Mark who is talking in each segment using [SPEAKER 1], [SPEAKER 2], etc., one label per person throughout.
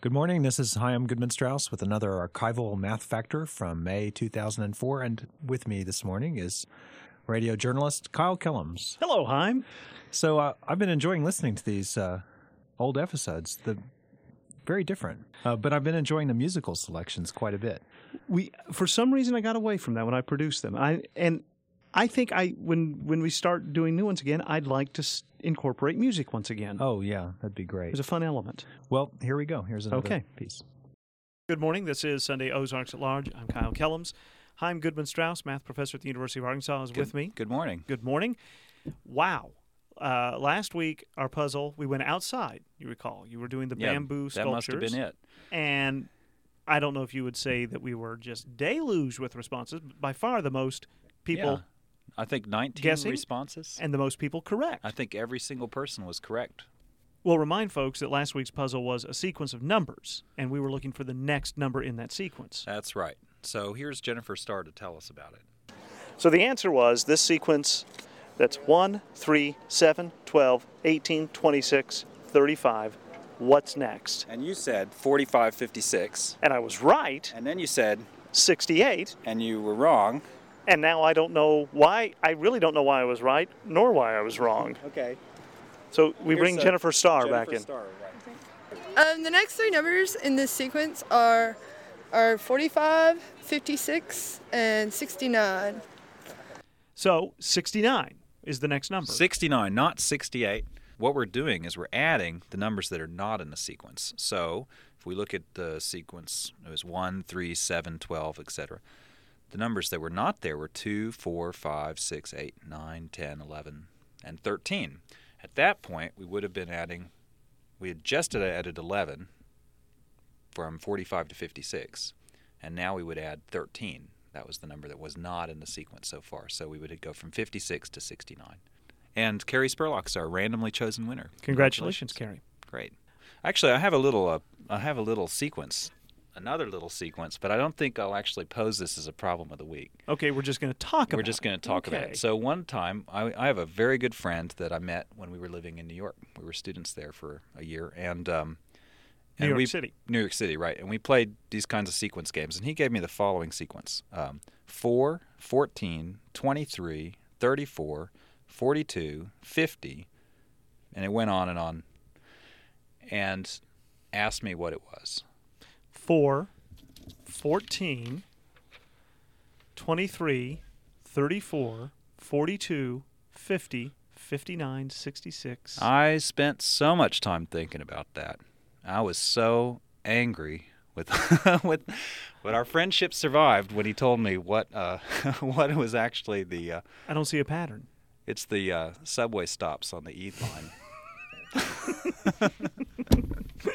[SPEAKER 1] Good morning. This is Chaim Goodman Strauss with another archival math factor from May 2004. And with me this morning is radio journalist Kyle Kellums.
[SPEAKER 2] Hello, Heim.
[SPEAKER 1] So uh, I've been enjoying listening to these uh, old episodes. The very different, uh, but I've been enjoying the musical selections quite a bit.
[SPEAKER 2] We for some reason I got away from that when I produced them. I and I think I when when we start doing new ones again, I'd like to s- incorporate music once again.
[SPEAKER 1] Oh yeah, that'd be
[SPEAKER 2] It was
[SPEAKER 1] great.
[SPEAKER 2] a fun element.
[SPEAKER 1] Well, here we go. Here's another
[SPEAKER 2] Okay.
[SPEAKER 1] piece.
[SPEAKER 3] Good morning. This is Sunday Ozarks at Large. I'm Kyle Kellums. Haim Goodman Strauss, math professor at the University of Arkansas, is with me.
[SPEAKER 4] Good morning.
[SPEAKER 3] Good morning. Wow. Uh, last week, our puzzle, we went outside, you recall. You were doing the bamboo
[SPEAKER 4] That
[SPEAKER 3] sculptures.
[SPEAKER 4] must have been it.
[SPEAKER 3] And I don't know if you would say that we were just deluged with responses, but by far the most people
[SPEAKER 4] Yeah. I think 19
[SPEAKER 3] guessing?
[SPEAKER 4] responses.
[SPEAKER 3] and the most people correct.
[SPEAKER 4] I think every single person was correct.
[SPEAKER 3] We'll remind folks that last week's puzzle was a sequence of numbers, and we were looking for the next number in that sequence.
[SPEAKER 4] That's right. So here's Jennifer Starr to tell us about it.
[SPEAKER 3] So the answer was this sequence that's 1, 3, 7, 12, 18, 26, 35. What's next?
[SPEAKER 4] And you said 4556.
[SPEAKER 3] And I was right,
[SPEAKER 4] And then you said,
[SPEAKER 3] 68.
[SPEAKER 4] and you were wrong.
[SPEAKER 3] And now I don't know why. I really don't know why I was right, nor why I was wrong.
[SPEAKER 4] Okay.
[SPEAKER 3] So we bring Jennifer Starr back in.
[SPEAKER 5] Um, the next three numbers in this sequence are are 45, 56, and 69.
[SPEAKER 3] So 69 is the next number.
[SPEAKER 4] 69, not 68. What we're doing is we're adding the numbers that are not in the sequence. So if we look at the sequence, it was 1, 3, 7, 12, etc. The numbers that were not there were 2, 4, 5, 6, 8, 9, 10, 11, and 13. At that point, we would have been adding, we had just added 11 from 45 to 56, and now we would add 13. That was the number that was not in the sequence so far. So we would go from 56 to 69. And Carrie Spurlock's our randomly chosen winner.
[SPEAKER 3] Congratulations, Carrie.
[SPEAKER 4] Great. Actually, I have a little. Uh, I have a little sequence, another little sequence, but I don't think I'll actually pose this as a problem of the week.
[SPEAKER 3] Okay, we're just going to talk about
[SPEAKER 4] We're just going to talk about
[SPEAKER 3] Okay.
[SPEAKER 4] it. So one time, I, I have a very good friend that I met when we were living in New York. We were students there for a year, and um,
[SPEAKER 3] New
[SPEAKER 4] and
[SPEAKER 3] York
[SPEAKER 4] we-
[SPEAKER 3] City.
[SPEAKER 4] New York City, right? And we played these kinds of sequence games, and he gave me the following sequence: um, 4, 14, 23, 34, 42, 50, and it went on and on. And asked me what it was.
[SPEAKER 3] 4, 14, 23, 34, 42, 50, 59, 66.
[SPEAKER 4] I spent so much time thinking about that. I was so angry with with but our friendship survived when he told me what uh, what was actually the uh,
[SPEAKER 3] I don't see a pattern.
[SPEAKER 4] it's the uh, subway stops on the E line.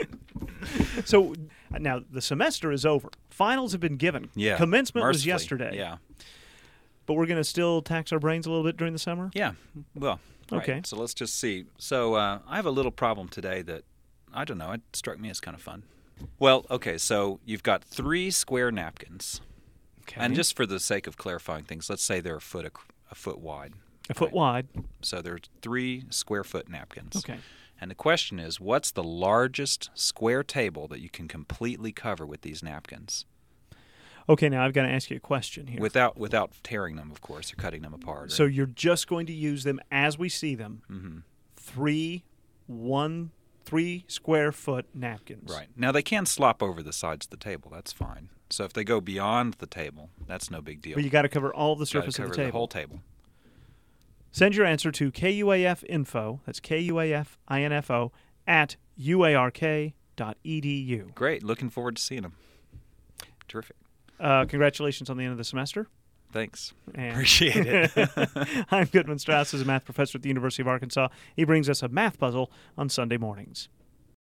[SPEAKER 3] So now the semester is over. Finals have been given.
[SPEAKER 4] Yeah.
[SPEAKER 3] Commencement was
[SPEAKER 4] mercifully.
[SPEAKER 3] yesterday.
[SPEAKER 4] Yeah.
[SPEAKER 3] But we're going to still tax our brains a little bit during the summer.
[SPEAKER 4] Yeah. Well. right.
[SPEAKER 3] Okay.
[SPEAKER 4] So let's just see. So uh, I have a little problem today that I don't know. It struck me as kind of fun. Well, okay. So you've got three square napkins,
[SPEAKER 3] Okay.
[SPEAKER 4] and just for the sake of clarifying things, let's say they're a foot ac- a foot wide.
[SPEAKER 3] a foot wide.
[SPEAKER 4] So there's three square foot napkins.
[SPEAKER 3] Okay.
[SPEAKER 4] And the question is, what's the largest square table that you can completely cover with these napkins?
[SPEAKER 3] Okay, now I've got to ask you a question here.
[SPEAKER 4] Without without tearing them, of course, or cutting them apart. or-
[SPEAKER 3] so you're just going to use them as we see them.
[SPEAKER 4] Mm-hmm.
[SPEAKER 3] Three, one, three square foot napkins.
[SPEAKER 4] Right. Now they can slop over the sides of the table. That's fine. So if they go beyond the table, that's no big deal.
[SPEAKER 3] But you got to cover all the
[SPEAKER 4] Gotta
[SPEAKER 3] surface of
[SPEAKER 4] cover
[SPEAKER 3] the table.
[SPEAKER 4] whole table.
[SPEAKER 3] Send your answer to KUAF info, that's K-U-A-F-I-N-F-O, at E uark.edu.
[SPEAKER 4] Great. Looking forward to seeing them. Terrific.
[SPEAKER 3] Uh, congratulations on the end of the semester.
[SPEAKER 4] Thanks.
[SPEAKER 3] And-
[SPEAKER 4] Appreciate it.
[SPEAKER 3] I'm Goodman Strauss, is a math professor at the University of Arkansas. He brings us a math puzzle on Sunday mornings.